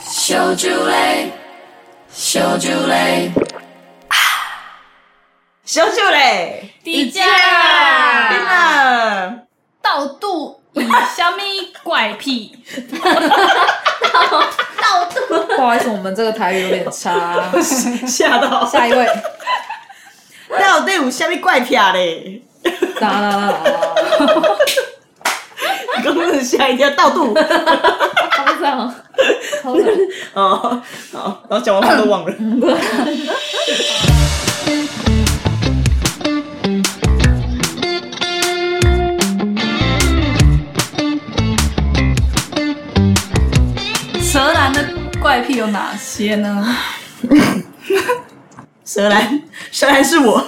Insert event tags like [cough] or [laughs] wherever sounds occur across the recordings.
小酒类，小酒类，小酒嘞，低价啊天哪！到度以虾米怪癖，到度不好意思，我们这个台语有点差。吓到！下一位，到底有啥物怪癖嘞？哒啦啦啦，你刚刚吓一跳，到度好爽，好冷哦，好，然后讲完话都忘了。蛇男的怪癖有哪些呢？蛇兰，蛇兰是我。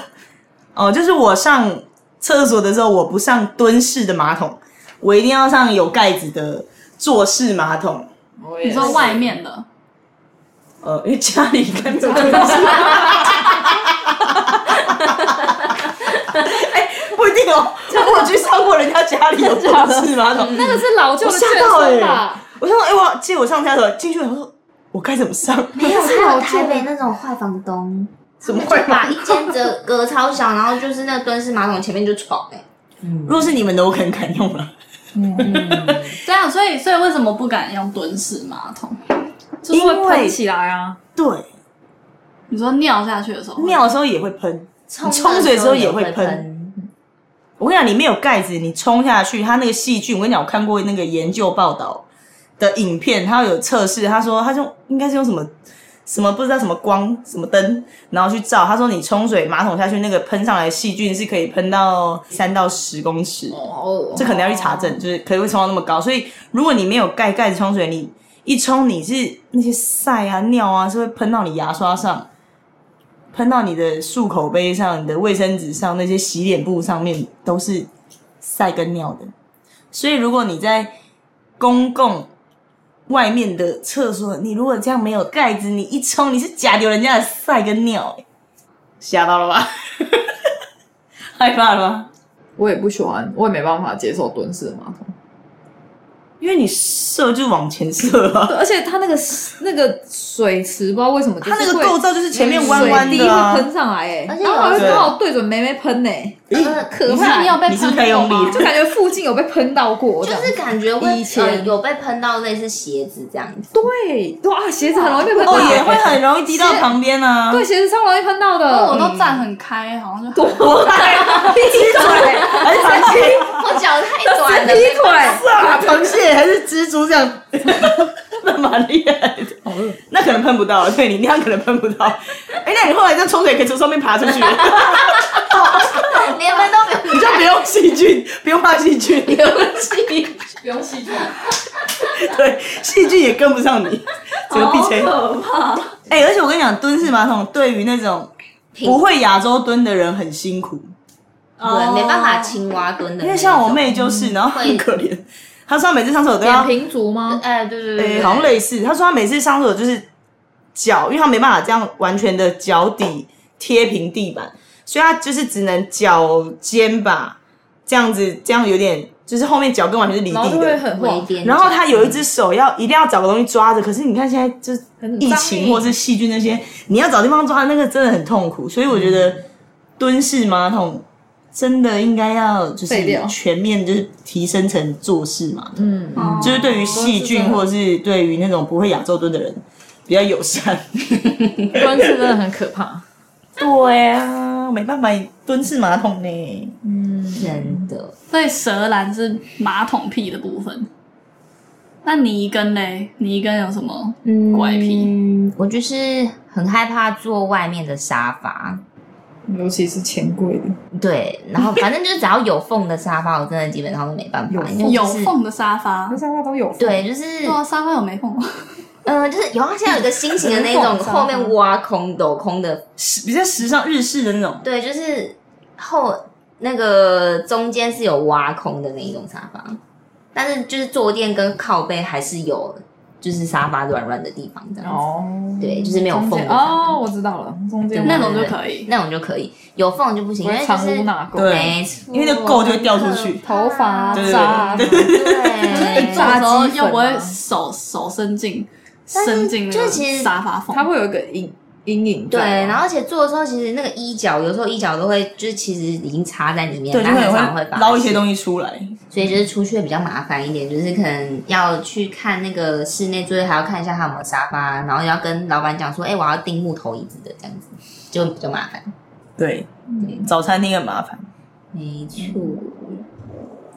哦，就是我上厕所的时候，我不上蹲式的马桶，我一定要上有盖子的坐式马桶。你说外面的，呃，因为家里看没有蹲式。 [laughs] 哎不一定哦，我去上过人家家里有坐式 [laughs] 马桶，那个是老旧我的吓眷到哎、欸村吧？我想说，哎、我记得我上厕所进去，我说我该怎么上？ [laughs] 没有，还有台北那种坏房东，怎么会把一间隔隔超小，然后就是那个蹲式马桶前面就床哎、如果是你们的，我可能敢用了。这样，啊所以所以为什么不敢用蹲式马桶？就是会喷起来啊。对，哦你说尿下去的时候，尿的时候也会喷，你冲冲水的时候也会喷。喷。我跟你讲，你没有盖子，你冲下去，它那个细菌，我跟你讲，我看过那个研究报道的影片，它有测试，他说他用应该是用什么什么不知道什么光什么灯，然后去照，他说你冲水马桶下去，那个喷上来的细菌是可以喷到三到十公尺。哦，这可能要去查证，就是可能会冲到那么高。所以如果你没有盖盖子冲水，你一冲你是那些晒啊、尿啊是会喷到你牙刷上，喷到你的漱口杯上、你的卫生纸上、那些洗脸布上面都是晒跟尿的。所以如果你在公共外面的厕所，你如果这样没有盖子，你一冲你是假丢人家的晒跟尿、欸，吓到了吧？ [laughs] 害怕了吗？我也不喜欢，我也没办法接受蹲式马桶。因为你射就往前射啊。对而且它那个那个水池，不知道为什么就是它会，那个构造就是前面弯弯水的、滴会啊喷，上来哎、而且然后还会对刚好对准梅梅喷呢、呃可你是怕你，有被你是喷太过用力吗了？就感觉附近有被喷到过，就是感觉以会前呃有被喷到类似鞋子这样子， [laughs] 对，哇，鞋子很容易被喷到，哦，也会很容易滴到旁边啊。对，鞋子超容易喷到因为的，哦嗯我都站很开，好像就我还还是螃蟹，我脚太短了，劈腿，啊，螃蟹还是蜘蛛这样，那蛮厉害的。那可能喷不到，对你那样可能喷不到。哎、那你后来这冲水可以从上面爬出去，你 [laughs] 连门都没有就不用细菌，不用怕细菌，不用洗头，对，细菌也跟不上你，整个闭起来。可怕。哎、而且我跟你讲，蹲式马桶对于那种不会亚洲蹲的人很辛苦。 [laughs] 对，没办法青蛙蹲的那种，因为像我妹就是，然后很会可怜，她说她每次上厕所都要扁，平足吗？哎，对对对诶、对，好像类似，她说她每次上厕所就是脚，因为她没办法这样完全的脚底贴平地板，所以她就是只能脚尖吧，这样子，这样有点就是后面脚跟完全是离然后地就会的。很围边角，然后她有一只手要一定要找个东西抓着，可是你看现在就是很疫脏情欸或是细菌那些，你要找地方抓那个真的很痛苦，所以我觉得嗯蹲式马桶真的应该要就是废掉全面就是提升成坐式马桶，嗯，哦就是对于细菌或是对于那种不会亚洲蹲的人比较友善。蹲式真的很可怕。对啊，没办法，蹲式马桶呢。真的，所以蛇兰是马桶屁的部分。那泥根嘞？泥根有什么怪癖？嗯，我就是很害怕坐外面的沙发，尤其是钱柜的，对，然后反正就是只要有缝的沙发，我真的基本上都没办法，因为有就是。缝的沙发那，沙发都有缝，对，就是对啊，沙发有没缝吗？呃，就是有，它现在有一个新型的那很种广后面挖空镂空的，时比较时尚日式的那种，对，就是后那个中间是有挖空的那一种沙发，但是就是坐垫跟靠背还是有，就是沙发软软的地方这样子，哦，对就是没有缝的中间哦，我知道了，中间那种就可以。那种就可以，有缝就不行，因我为就藏污是纳垢，对没错，嗯因为那垢就会掉出去头发对渣，对，做的时炸候鸡粉又不会吗手手伸进伸进那就个是其实沙发缝，它会有一个阴阴影对，在然后而且做的时候，其实那个衣角有时候衣角都会，就是其实已经插在里面，对，就但会很少会会发捞一现些东西出来。所以就是出去会比较麻烦一点，就是可能要去看那个室内作业，还要看一下他有没有沙发，然后要跟老板讲说，哎、我要订木头椅子的这样子，就比较麻烦。对，早餐厅很麻烦，没错，嗯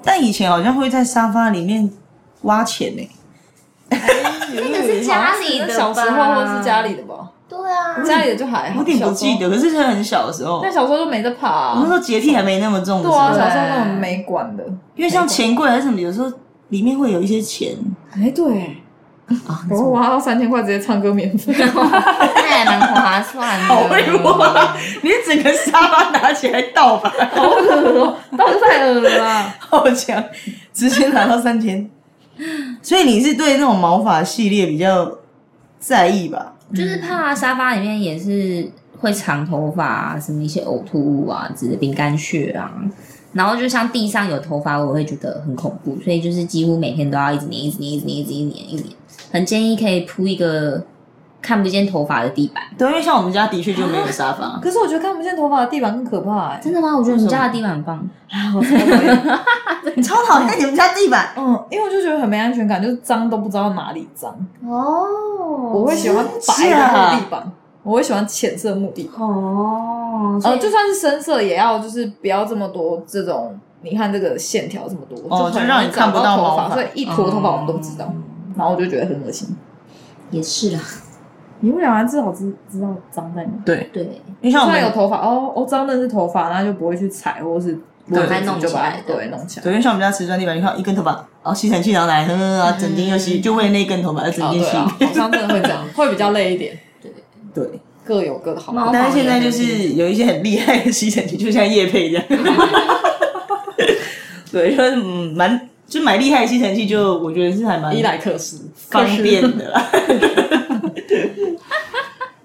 但以前好像会在沙发里面挖钱呢、那个是家里 [laughs] 的吧小时候或是家里的吧，对啊，家里的就还好。有点不记小时候，得，可是是很小的时候但，小时候就没得爬我那时啊。候洁癖还没那么重的对时啊，候，小时候那种没管的。因为像钱柜还是什么，有时候里面会有一些钱，哎，对，哦啊，我会挖到三千块，直接唱歌免 [laughs] 费。那还蛮划 [laughs] 算的。好累我，你整个沙发拿起来倒吧，到底太恶了啦！好强，直接拿到三千。所以你是对那种毛发系列比较在意吧？就是怕沙发里面也是会长头发啊，什么一些呕吐物啊，之类饼干屑啊。然后就像地上有头发，我会觉得很恐怖，所以就是几乎每天都要一直粘，一直粘，一直粘，一直粘，一直粘。很建议可以铺一个看不见头发的地板。对，因为像我们家的确就没有沙发， [laughs] 可是我觉得看不见头发的地板更可怕哎。真的吗？我觉得我们家的地板很棒。啊，我超讨厌。 [laughs] 你超讨厌你们家地板，嗯，因为我就觉得很没安全感，就是脏都不知道哪里脏。哦我会喜欢白的木地板，我会喜欢浅色木地板。哦，所呃，以就算是深色，也要就是不要这么多这种，你看这个线条这么多，哦就就很让容易你看不找到头毛发，发所以一坨头发我们都不知道，然后我就觉得很恶心。也是啦，你们两个人至少知知道脏在哪， [laughs] 对，因为像虽我们然有头发，哦哦脏的是头发，那就不会去踩或是不会赶快弄就起把来它对弄起来。哦对，因为像我们家瓷砖地板，你看一根头发，然后吸尘器然后来，呵呵啊，整天又吸，就为了那根头发，要整哦天对吸。啊，好像真的会 [laughs] 这样，会比较累一点，对，啊各有各的好。猫但是现在就是有一些很厉害的吸尘器，就像叶配 [laughs] 这样。对，就是嗯，蛮就买厉害的吸尘器，就我觉得是还蛮伊莱克斯方便的啦。 [laughs]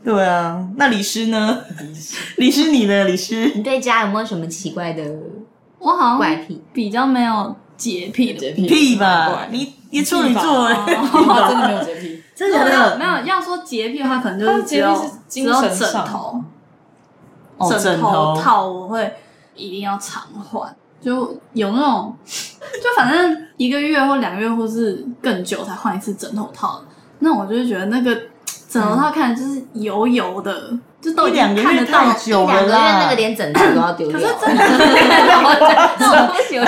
对啊，那李师呢？李师你呢？李师你对家有没有什么奇怪的我好怪像癖？比较没有洁癖的洁癖屁怪吧，你你处女吧座欸，他 [laughs] 真的没有洁癖， [laughs] 真 [laughs] 没的假有的？没有，要说洁癖的话，可能就他的是只洁癖有是只精有神枕上头，哦，枕枕头套我会一定要常换，就有那种， [laughs] 就反正一个月或两个月或是更久才换一次枕头套的，那我就是觉得那个枕头套看着就是油油的，就都一已两个经看月得到太久了两个月那啦个。连枕头都要丢掉，可是真的， [laughs] 那我不喜欢，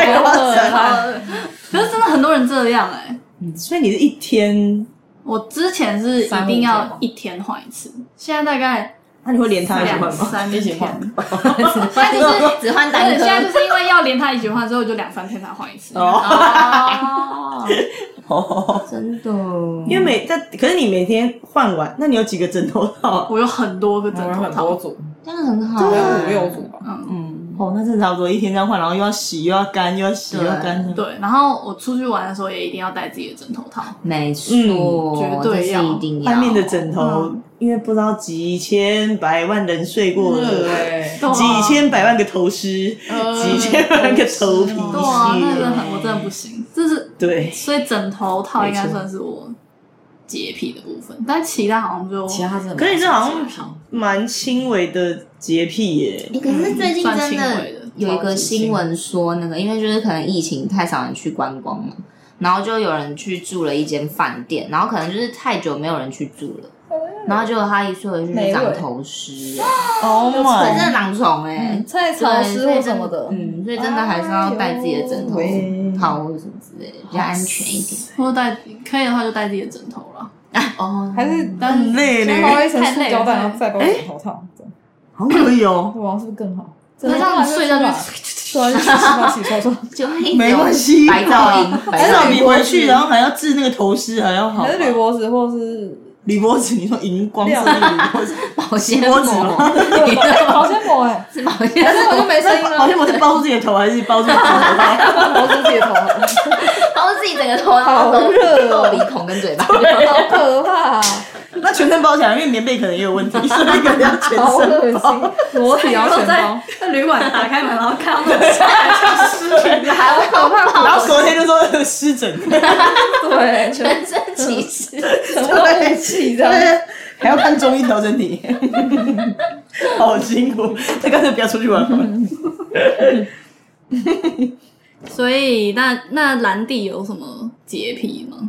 可是真的很多人这样哎、 [laughs] 所以你是一天，我之前是一定三五天吗要一天换一次，现在大概那你会连他一起两换吗？三一起天。换现在就是 [laughs] 只换单对，现在颗。就是因为要连他一起换，所以我就两三天才换一次。哦， [laughs] 哦，真的 [laughs] 因为每但可是你每天换完，那你有几个枕头套？我有很多个枕我们头很多套，组，这样很好我啊。有五六组吧。哦，那真的差不多一天这样换，然后又要洗又要干又要洗又要干。对。然后我出去玩的时候也一定要带自己的枕头套，没错，嗯绝对这要是一定要。外面的枕头，因为不知道几千百万人睡过的，对，对啊几千百万个头虱，几千百万个头皮对啊，那个屑，很我真的不行，这是对，所以枕头套应该算是我洁癖的部分，但其他好像就其他真的没有。可是你这好像好蛮轻微的洁癖耶。欸可是最近算真轻的微的有一个超级轻新闻说，那个因为就是可能疫情太少人去观光嘛，然后就有人去住了一间饭店，然后可能就是太久没有人去住了，然后结果他一睡回去就长头虱， Oh 真 my！的狼虫哎嗯，菜对草师所以或真什么的，嗯，所以真的还是要带自己的枕头哎呦喂套或者什么之类的，比较安全一点。或者带可以的话就带自己的枕头了，哦，还是但是累嘞包一层太塑累胶了袋，然后再包枕头套，这样好可以哦，对啊，是不是更好？那这样你睡觉就对啊，就洗刷洗刷刷，就会一直没关系白噪音，至白噪少音你回去，然后还要治那个头虱，还要好吧还。是铝箔纸或者是铝箔纸，你说荧光色的铝箔纸，保鲜脖子吗膜，保鲜膜哎，是保鲜还是我就没声音 [laughs] 好了，像我是包住自己的头，还是包住自己的头发？包住自己的头，然后自己整个头好都热哦都鼻孔跟嘴巴，好可怕，那全身包起来，因为棉被可能也有问题，所以可能要全好身恶 [laughs] 心，裸体要全包在。在旅馆打开门然后看到那种还要然后隔天就说湿疹， [laughs] 对，全全身歧视。什么武器这样？ [laughs] 还要看中医调整你，好辛苦。那干脆不要出去玩好了。所以那那兰弟有什么洁癖吗？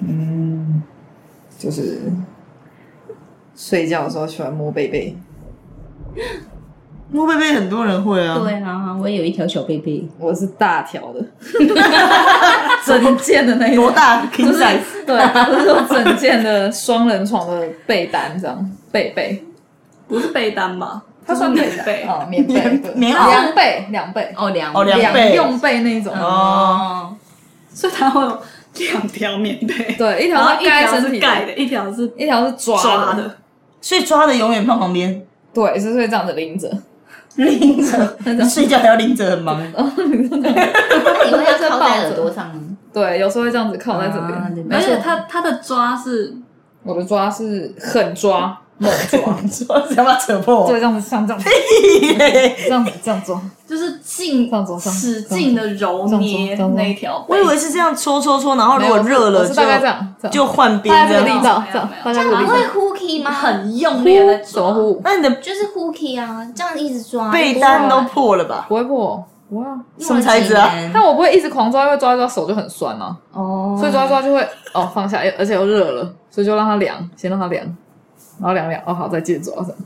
嗯，就是睡觉的时候喜欢摸贝贝，摸贝贝很多人会啊，对啊，我也有一条小贝贝，我是大条的，整件的那一多种。大 king 就是 size？对，就是有整件的双人床的被单这样，被被，不是被单吧？它就是算棉被啊，哦棉被，棉袄两被，两被，哦，两哦两被两用被那一种。哦，哦，所以它会有两条棉被，对，一然条后是一盖条身是体盖，的，一条是一条是抓抓的，的。所以抓的永远放旁边，对，就是会这样子拎着。拎着，睡觉还要拎着，很忙。哦 [laughs] 那你会要靠抱在着耳朵上吗？对，有时候会这样子靠在这边。啊对而且它它的抓是我的抓是狠抓，猛 [laughs] 抓，抓是要把它扯破就哦，这样子，像这样子，这样子，这样抓。就是劲上桌上使劲的揉捏上桌上桌那一条我被以。为是这样搓搓搓，然后如果热我了是大概这就样，这样就换边大概这这个样力子。道，没有这样没有大概这这个样力不会道。 hooky 吗？很用力的怎么呼？那你的就是 hooky 啊，这样一直抓被啊单都破了吧？不会破，不会啊。什么材质啊？但我不会一直狂抓，因为抓一抓手就很酸啊，哦，所以抓一抓就会哦放下，而且又热了，所以就让它凉，先让它凉，然后凉凉哦好再接着抓，这样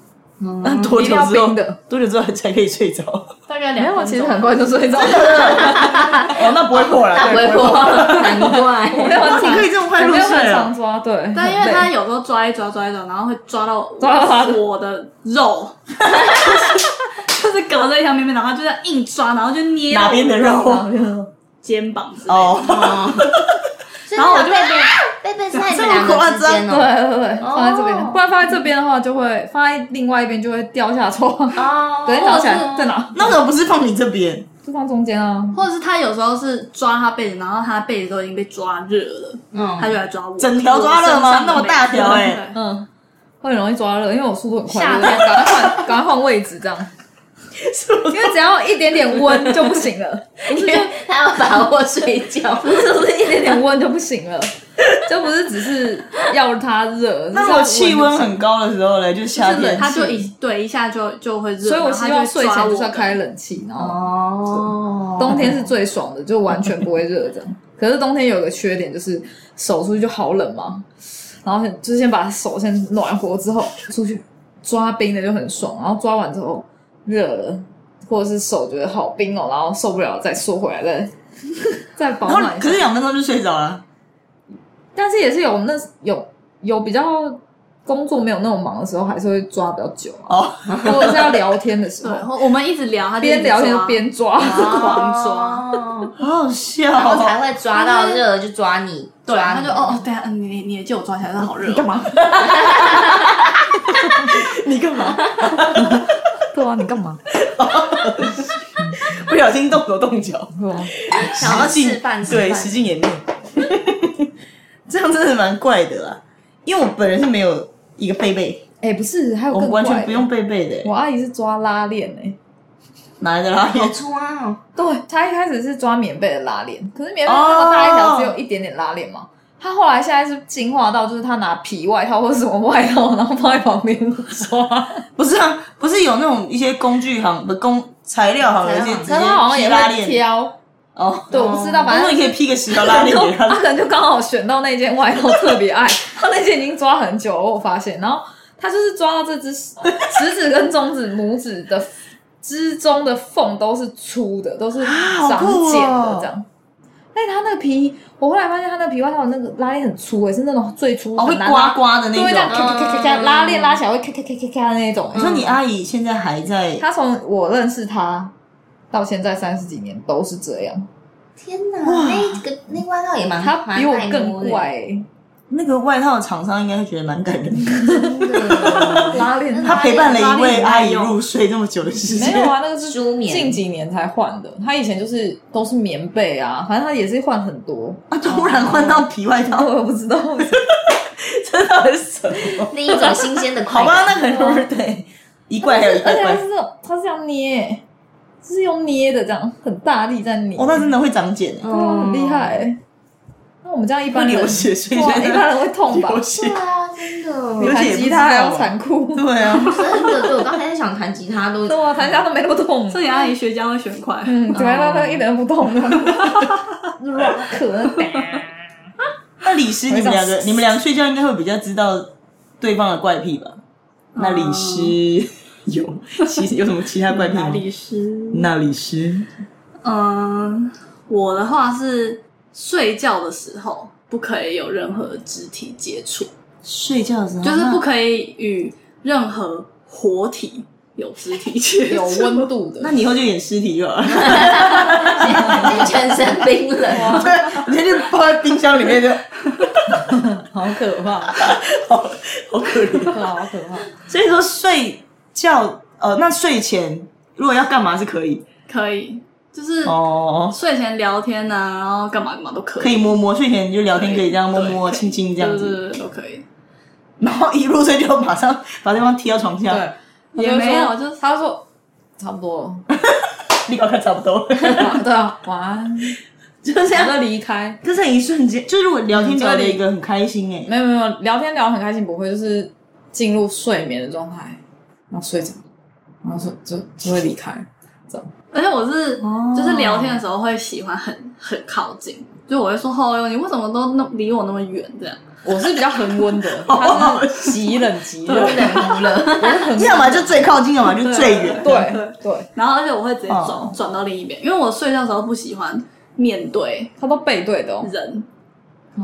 那 [laughs] 嗯多一久定要之后冰？的。多久之后才可以睡着？哦，大概没两有，啊分其实钟。很快就睡着了。哦那不会破了，大对不会破，难怪。 [laughs] 没有很你长可以这么快我入没有很睡啊常？抓，对。但因为很累它有时候抓一抓抓一抓，然后会抓到抓到它我的 [laughs] 肉，就是隔着一条棉被，然后就这样硬抓，然后就捏到哪边的肉？肩膀之类的哦，然后我就会被被被在你们两这么夸个张之间对哦。对对，放在这哦边，不然放在这边的话，就会放在另外一边就会掉下床。哦， [laughs] 等一下，我起来在哪？那怎么不是放你这边？就放中间啊。或者是他有时候是抓他被子，然后他被子都已经被抓热了，他嗯，就来抓我，整条抓热吗我身上那的么大条欸对嗯，会很容易抓热，因为我速度很快，吓就是赶快换，赶快换位置这样。 [laughs] 因为只要一点点温就不行了，因为他要把握睡觉。就是一点点温就不行 [laughs] 了，就不是只是要它热， [laughs] 那是如要果温气就温行很高的时候嘞，就是夏就是天，他就一对一下就就会热，所以我然后希他望就会睡抓前我哦就是要开冷气，然后哦，冬天是最爽的，就完全不会热这样。可是冬天有个缺点就是手出去就好冷嘛，然后先就是先把手先暖和之后出去抓冰的就很爽，然后抓完之后热了，或者是手觉得好冰哦，然后受不了再缩回来再 [laughs] 再保然后暖一下哦可。是两分钟就睡着了。但是也是有那有有比较工作没有那么忙的时候，还是会抓比较久啊，哦，或者是要聊天的时对，候， [laughs] 我们一直聊，他就一直边聊天就抓哦边抓。狂抓，抓，好好笑然后才哦。会抓到热就抓你，对，抓他你就哦哦，对啊，你你你借我抓起来，真的好热哦，干 [laughs] 嘛？你干嘛？对啊，你干嘛？不小心动手动脚，对啊，想要示范，示范对，实际演练。 [laughs] 这样真的蛮怪的啦，因为我本人是没有一个贝贝， [laughs] 哎、不是，还有我更完怪全的不用贝贝的，我阿姨是抓拉链欸哎、哪来的拉好链？抓哦，对，她一开始是抓棉被的拉链，可是棉被那么大一哦条，只有一点点拉链嘛。她后来现在是进化到，就是她拿皮外套或者什么外套，然后放在旁边抓。不是啊，不是有那种一些工具行不工材料行有一些 [laughs] 直接可是她好像披也拉会链挑，哦，对，我不知道，反反正正你可以披个十条拉链给 [laughs] 她他。可能就刚好选到那件外套特别爱，她那件已经抓很久了，我发现，然后她就是抓到这只食食指跟中指、拇指的之中的缝都是粗的，都是好长酷哦茧的这样。但是它那个皮，我后来发现它那个皮外套那个拉链很粗诶、是那种最粗，哦，会很难刮拉，刮的那就会这样种。咔咔咔咔咔，拉链拉起来会咔咔咔咔咔的那种、你说你阿姨现在还在他从我认识他到现在三十几年都是这样，天哪，那个那外套也蛮，他比我蛮耐更摸的怪、欸，那个外套厂商应该会觉得蛮感人的，真的拉链他陪伴了一位阿姨拉链入睡这么久的时 [laughs] 没间。有啊，那个是舒眠近几年才换的，他以前就是都是棉被啊，反正他也是换很 [laughs] 多，啊！突然换到皮外套， [laughs] 我也不知道为什么。 [laughs] 真的很什么？另一种新鲜的快好感吧，那可能是对一怪还有一 [laughs] 而怪且它怪是。这种，它是这样捏，就是哦用捏的这样，很大力在捏，哦，那真的会长茧欸哦，很厉害欸。那我们这样一般会人流血所以哇现在一般人会痛吧流？血， [laughs] 对啊，真流的，血弹也不吉知道啊他还要吧残酷，对啊，真的，对我刚才在想弹吉 [laughs] 他都对啊，弹吉他都没那么痛。这里阿姨学家会学很快，嗯，怎么样？那一点都不痛 [laughs] 的，rock。那李师，你们两个，你们两个睡觉应该会比较知道对方的怪癖吧？那李师哦有，其实有什么其他怪癖 [laughs] 哪吗？里是？那李师，嗯，我的话是睡觉的时候不可以有任何肢体接触，睡觉的时候就是不那可以与任何活体有肢体接有触。温度的，那你以后就演尸体就好了，就全身冰冷。 [laughs] 你就泡在冰箱里面就 [laughs] 好可怕，好好可怜。对啊，好可怕。所以说睡觉，呃，那睡前如果要干嘛是可以 [laughs] 可以，就是哦，睡前聊天呐、然后干嘛干嘛都可以，可以摸摸，睡前就聊天可以这样摸对摸可以亲亲这样对子，对对都可以。然后一入睡就马上把对方踢到床下，[laughs] 对，也没有就是他就说差不多 [laughs] 你搞看差不多了， [laughs] 了，对啊，晚安，就这然样后。就离开。可是很一瞬间，就是如果聊天嗯聊这的里一个很开心哎、嗯没有没有没有，聊天聊得很开心，不会就是进入睡眠的状态，然后睡着，然后说就就会离开。而且我是、哦就是聊天的时候会喜欢很很靠近，就我会说：“哦哟，你为什么都那离我那么远？”这样我是比较恒温 [laughs] 的，他是极冷极热，冷了，我是恒要么就最靠近，要么就最远。对对，然后而且我会直接转哦转、到另一边，因为我睡觉的时候不喜欢面对他都背对的哦。人。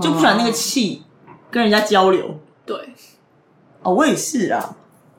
就不喜欢那个气跟人家交流。 [laughs] 对，哦，我也是啦，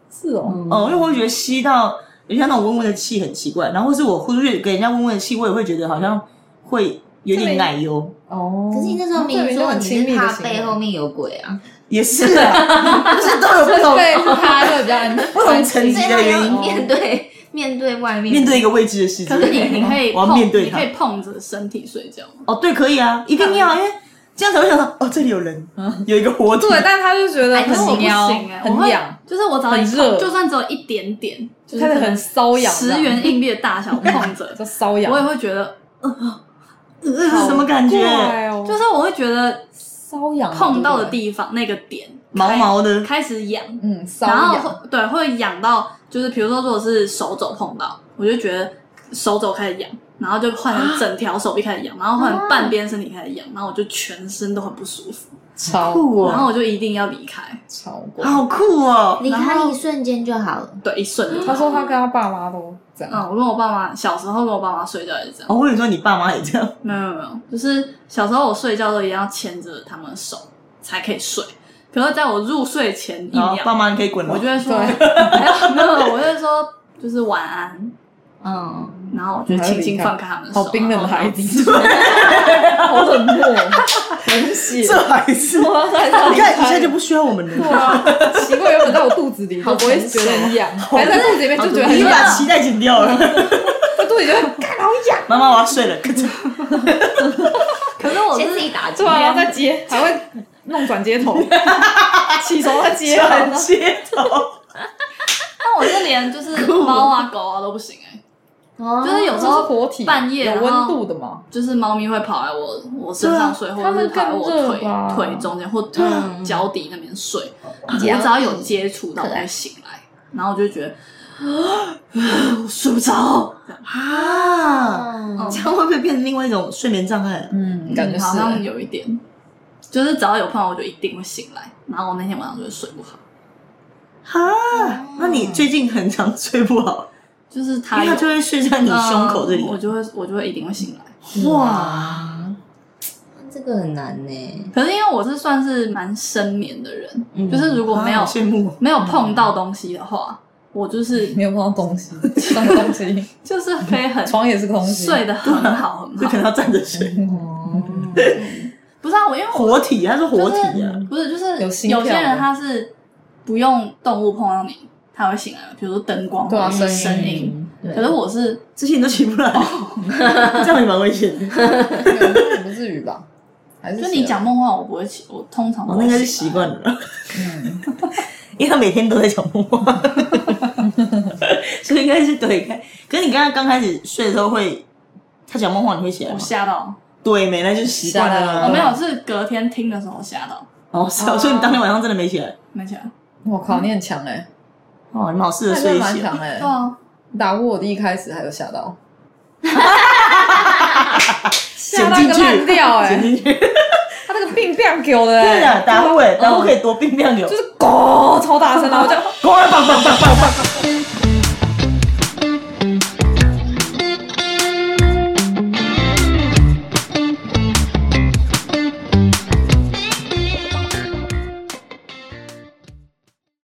是 [laughs] 哦，嗯哦，因为我会觉得吸到人家那种温温的气很奇怪，然后或是我呼出去给人家温温的气，我也会觉得好像会有点奶油。哦，可是你那时候明明这说很你亲密是的怕行为背后面有鬼啊，也是 [laughs] 啊，就是都有不这同背是他就比较安不同层级所以的那原要因，哦面对 [laughs] 面对外面，面对一个未知的世可是你界。你可 [laughs] 以我要碰面对你它可以碰着身体睡觉吗？哦，对，可以嗯啊，一定要，因为这样才会想到哦，这里有人，有一个活体。对，但他就觉得哎可是我很不行喵，哎、我很会痒，，就是我只要一很热碰，就算只有一点点，就是开始可能很瘙痒这样，啊十元硬币的大小碰着， [laughs] 就瘙痒，我也会觉得，呃这是什么感觉？怪哦，就是我会觉得瘙痒嘛碰到的，对地方那个点毛毛的开开始痒，不对嗯，瘙然后痒，会对会痒到，就是比如说如果是手肘碰到，我就觉得手肘开始痒，然后就换成整条手臂开始痒，然后换成半边身体开始痒，然后我就全身都很不舒服，超酷然哦，后我就一定要离开，超过。好酷哦！离然开后一瞬间就好了。对，一瞬间他。说他跟他爸妈都这样，嗯，我跟我爸妈小时候跟我爸妈睡觉也是这样，哦，我跟你说，你爸妈也这样，没有没有没有，就是小时候我睡觉都一定要牵着他们的手才可以睡，可是在我入睡前 [laughs] 一然后秒，爸妈你可以滚了。我就会说，[laughs] 对没有没有，我就会说就是晚安，哦嗯，然后我就轻轻放开他们的手，好冰冷啊的然后孩子，好冷漠，冷血。这还是我要带他你离看，你现开在就不需要我们对了。 [laughs] 啊，奇怪，原本在我肚子里，我不会觉得很痒，还在肚子里面就觉得你很把痒，脐带剪掉了，在肚子里就 [laughs] 妈妈我要睡 [laughs] 了。可是我先自是己打住对。啊，然后再接，还会弄转接头， [laughs] 起床再 [laughs] 接，转接头，但我是连就是 [laughs] 猫啊狗啊都不行哎、哦就是有时这是候活体半夜有然温后度的嘛，就是猫咪会跑来我我身上睡，对或啊者是跑来它们更热吧嗯我腿腿中间或嗯脚底那边睡，我脚只底要哦有接触到我可爱就醒来，然后我就觉得。 [gasps] 啊我睡不着，这样啊，嗯这样会不会变成另外一种睡眠障碍啊？嗯，感觉好像是。有一点，就是只要有碰到我就一定会醒来，然后我那天晚上就会睡不好，哈，那你最近很常睡不好，就是因它为有它就会睡在你胸口这里哎嗯。我就会我就会一定会醒来。哇，啊这个很难呢。可是因为我是算是蛮深眠的人，就是如果没有、啊好羡慕没有碰到东西的话，我就是嗯没有碰到东 [laughs] 西，什么东西？就是 [laughs] 可以很床也是个东西。睡得很好很就可好。能要站着睡。嗯不是啊，我因为我活体，他说活体啊，不是就是有心跳有的些人他是不用动物碰到你，他会醒来，比如说灯光对啊或者是声音声音。对可是我是这些你都起不来，哦 [laughs] 这样也蛮危险的。嗯不至于吧？ [laughs] 还是就你谁啊讲梦话，我不会起，我通常不我嗯会哦那应该是习醒来惯 [laughs] 了，因为他每天都在讲梦话， [laughs] 所以应该是对。可是你刚刚刚开始睡的时候会，他讲梦话你会起来我吗？吓到，对没，那就是习惯了吓啊。到我哦没有，是隔天听的时候吓到，哦，是啊，所以你当天晚上真的没起来。没起来。我靠，你很强哎、欸，哦，你们好适合那真睡的一蛮起哦。强哎对，啊，打呼我第一开始还有吓到，剪吓到一进个去烂掉 [laughs] 哎、剪进去，他那个病变给我的、欸，对的，打呼哎，打呼可 [laughs] 以，以多变量有就，是狗超大声，然后就。咣棒棒棒棒棒。